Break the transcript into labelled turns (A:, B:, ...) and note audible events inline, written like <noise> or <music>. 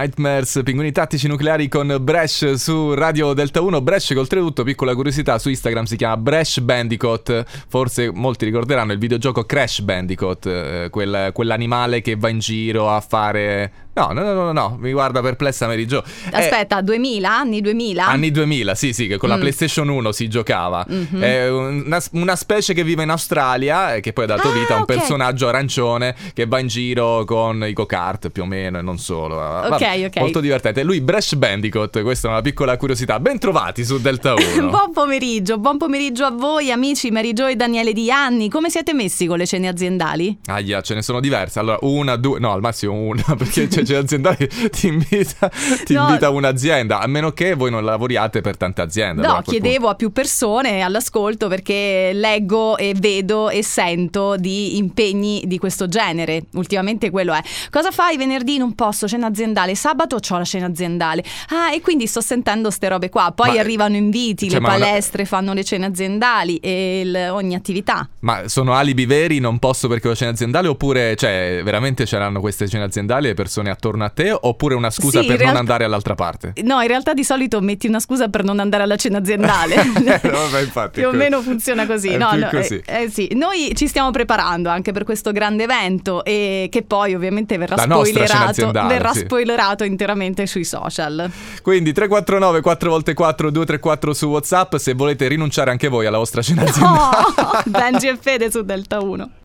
A: Nightmares, pinguini tattici nucleari con Bresh su Radio Delta 1. Bresh che oltretutto, piccola curiosità, su Instagram si chiama Bresh Bandicoot. Forse molti ricorderanno il videogioco Crash Bandicoot, eh, quel- quell'animale che va in giro a fare... No, no, no, no, no, mi guarda perplessa Mary Jo. Eh,
B: Aspetta, 2000? Anni 2000?
A: Anni 2000, sì, sì, che con la
B: Mm.
A: PlayStation 1 si giocava.
B: Mhm.
A: È una, una specie che vive in Australia e che poi ha dato
B: Ah,
A: vita a un
B: ok.
A: personaggio arancione che va in giro con i go-kart più o meno e non solo. Ok,
B: Ok, ok.
A: Molto divertente. Lui Bresh Bandicoot, questa è una piccola curiosità. Bentrovati su
B: <laughs>
A: Delta 1.
B: Buon pomeriggio, buon pomeriggio a voi amici Mary Jo e Daniele Di Anni. Come siete messi con le cene aziendali?
A: Aia, ce ne sono diverse. Allora, una, due, no, al massimo una, <laughs> perché c'è, c'è l'azienda che <laughs> ti invita, ti
B: No.
A: invita un'azienda, a meno che voi non lavoriate per tante aziende. allora
B: No,
A: a quel punto-
B: chiedevo a più persone all'ascolto perché leggo e vedo e sento di impegni di questo genere. Ultimamente quello è. Cosa fai venerdì? Non posso, cena aziendale. Sabato ho la cena aziendale. Ah, e quindi sto sentendo ste robe qua. Poi
A: Ma-
B: arrivano inviti,
A: cioè,
B: le
A: ma una-
B: palestre fanno le cene aziendali e il- ogni attività.
A: Ma sono alibi veri, non posso perché ho cena aziendale? Oppure, cioè, veramente c'erano queste cene aziendali e persone attorno a te? Oppure una scusa
B: Sì, in
A: per non
B: realtà-
A: andare all'altra
B: <laughs>
A: parte?
B: No, in realtà di solito metti una scusa per non andare alla cena aziendale.
A: <laughs> Eh, vabbè, infatti,
B: <laughs> più o
A: que-
B: meno funziona così.
A: è
B: No,
A: più
B: no, eh,
A: così.
B: eh sì. Noi ci stiamo preparando anche per questo grande evento e che poi ovviamente verrà
A: La nostra cena
B: spoilerato,
A: aziendale,
B: verrà
A: sì.
B: spoilerato interamente sui social.
A: Quindi 349 4x4 234 su WhatsApp se volete rinunciare anche voi alla vostra cena
B: No,
A: aziendale.
B: Benji e Oh, Fede su Delta 1.